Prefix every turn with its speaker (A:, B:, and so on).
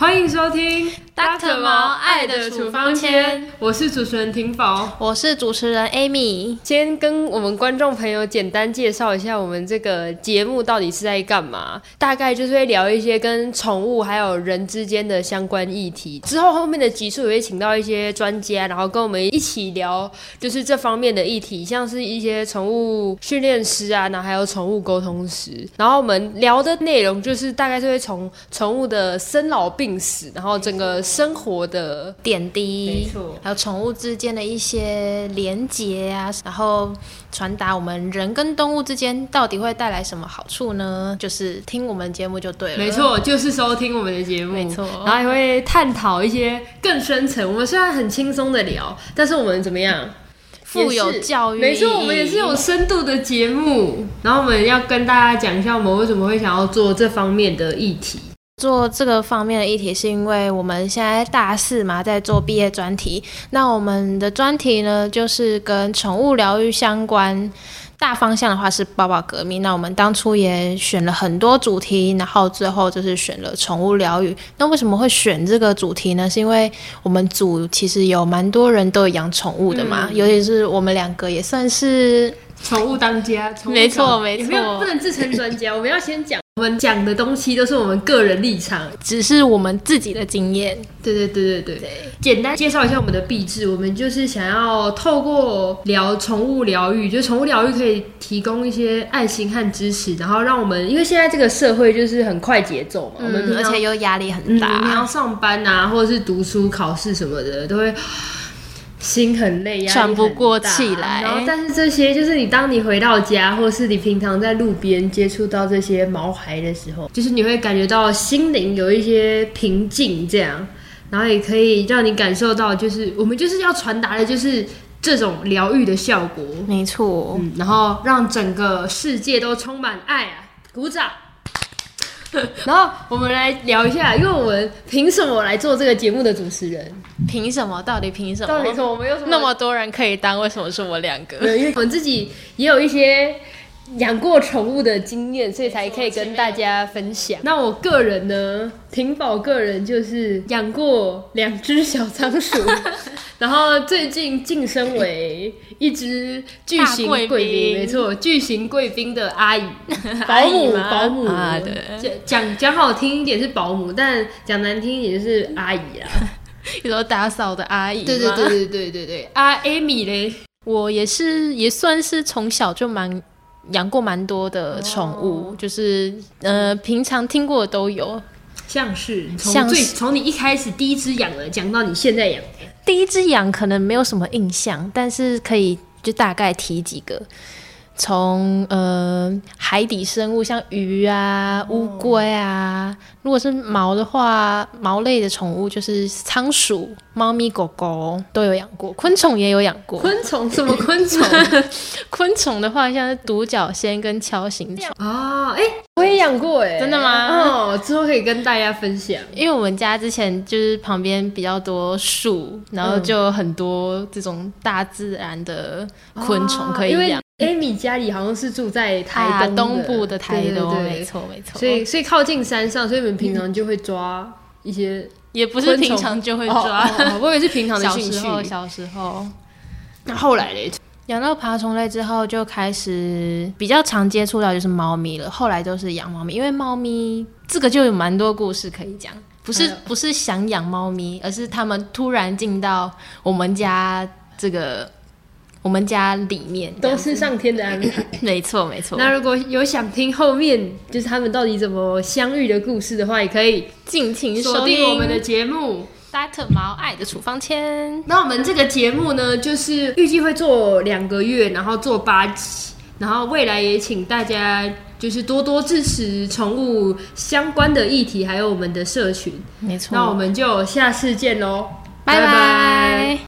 A: 欢迎收听
B: Dr. 毛爱的处方签，
A: 我是主持人婷宝。
B: 我是主持人 Amy。
A: 今天跟我们观众朋友简单介绍一下我们这个节目到底是在干嘛，大概就是会聊一些跟宠物还有人之间的相关议题。之后后面的集数也会请到一些专家，然后跟我们一起聊就是这方面的议题，像是一些宠物训练师啊，然后还有宠物沟通师。然后我们聊的内容就是大概就会从宠物的生老病死，然后整个生活的
B: 点
A: 没
B: 滴
A: 错，
B: 还有宠物之间的一些连结啊，然后传达我们人跟动物之间到底会带来什么好处呢？就是听我们节目就对了。
A: 没，错，就是收听我们的节目，
B: 没错
A: 然后也会探讨一些更深层。我们虽然很轻松的聊，但是我们怎么样？
B: 富有
A: 也是
B: 教育
A: 没错，我们也是有深度的节目。然后我们要跟大家讲一下，我们为什么会想要做这方面的议题。
B: 做这个方面的议题，是因为我们现在大四嘛，在做毕业专题。那我们的专题呢，就是跟宠物疗愈相关。大方向的话是抱抱革命。那我们当初也选了很多主题，然后最后就是选了宠物疗愈。那为什么会选这个主题呢？是因为我们组其实有蛮多人都有养宠物的嘛，尤其是我们两个也算是
A: 宠物当家，宠物
B: 没错
A: 当
B: 没
A: 也没有
B: 错
A: 不能自称专家。我们要先讲，我们讲的东西都是我们个人立场。
B: 只是我们自己的经验。
A: 对对对对对。简单介绍一下我们的壁纸，我们就是想要透过聊宠物疗愈，就宠物疗愈可以提供一些爱心和支持，然后让我们因为现在这个社会就是很快节奏嘛，我们平
B: 嗯，而
A: 常
B: 且又压力很
A: 嗯，
B: 大。
A: 你要上班啊，或者是读书、考试什么的，都会心很累，压力
B: 喘不
A: 很
B: 过
A: 大
B: 气来
A: 然后，但是这些就是你当你回到家，或是你平常在路边接触到这些毛孩的时候，就是你会感觉到心灵有一些平静，这样，然后也可以让你感受到，就是我们就是要传达的，就是这种疗愈的效果。
B: 没错。
A: 嗯，然后让整个世界都充满爱啊！鼓掌。 然后我们来聊一下，因为我们凭什么来做这个节目的主持人？
B: 凭什么？到底凭什么？
A: 到底是我们有什么？
B: 哦那么多人可以当，为什么是我两 个？
A: 对，因为我们自己也有一些养过宠物的经验，所以才可以跟大家分享。那我个人呢，婷宝个人就是养过两只小仓 鼠，然后最近晋升为一只巨型贵
B: 大贵宾
A: 没错，巨型贵宾的阿姨、保姆、
B: 阿姨吗
A: 保姆
B: 啊对
A: 讲讲讲好听一点是保姆，但讲难听一点就是阿姨啊。
B: 有时候打扫的阿姨吗。
A: 对对对对对对对，阿 Amy 嘞，
B: 我也是，也算是从小就蛮养过蛮多的宠物，
A: 哦
B: 就是呃，平常听过的都有。
A: 像是从
B: 像
A: 最
B: 是
A: 从你一开始第一只养了，讲到你现在养，
B: 第一只羊可能没有什么印象，但是可以就大概提几个。从呃海底生物，像鱼啊、乌龟啊，如果是毛的话，毛类的宠物就是仓鼠、猫咪、狗狗都有养过，昆虫也有养过。
A: 昆虫什么 昆虫
B: 昆虫的话，像是独角仙跟锹形虫，
A: 哦，哎、我也养过哎、
B: 真的吗
A: 哦，之后可以跟大家分享。
B: 因为我们家之前就是旁边比较多树，然后就有很多这种大自然的昆虫可以
A: 哦因为
B: 养。
A: Amy 家里好像是住在
B: 啊
A: 台东的、
B: 东部的台东，
A: 对对对
B: 没错没错，
A: 所以所以靠近山上，所以你们平常就会抓一些
B: 也不是
A: 昆虫
B: 平常就会抓。
A: 哦哦 哦我以为是平常的
B: 小
A: 兴
B: 时
A: 趣。
B: 候，小时候
A: 那后来嘞，
B: 养到爬虫类之后，就开始比较常接触到就是猫咪了。后来都是养猫咪，因为猫咪这个就有蛮多故事可以讲。不
A: 哎
B: 是
A: 呦
B: 不是想养猫咪，而是他们突然进到我们家这个我们家里面，
A: 都是上天的安排。
B: 没错没错。
A: 那如果有想听后面就是他们到底怎么相遇的故事的话，也可以
B: 敬请
A: 锁
B: 收
A: 定
B: 听
A: 我们的节目。
B: Dr. 毛爱的处方签，
A: 那我们这个节目呢，就是预计会做两个月，然后做八集，然后未来也请大家就是多多支持宠物相关的议题，还有我们的社群。
B: 没错。
A: 那我们就下次见喽，
B: 拜拜。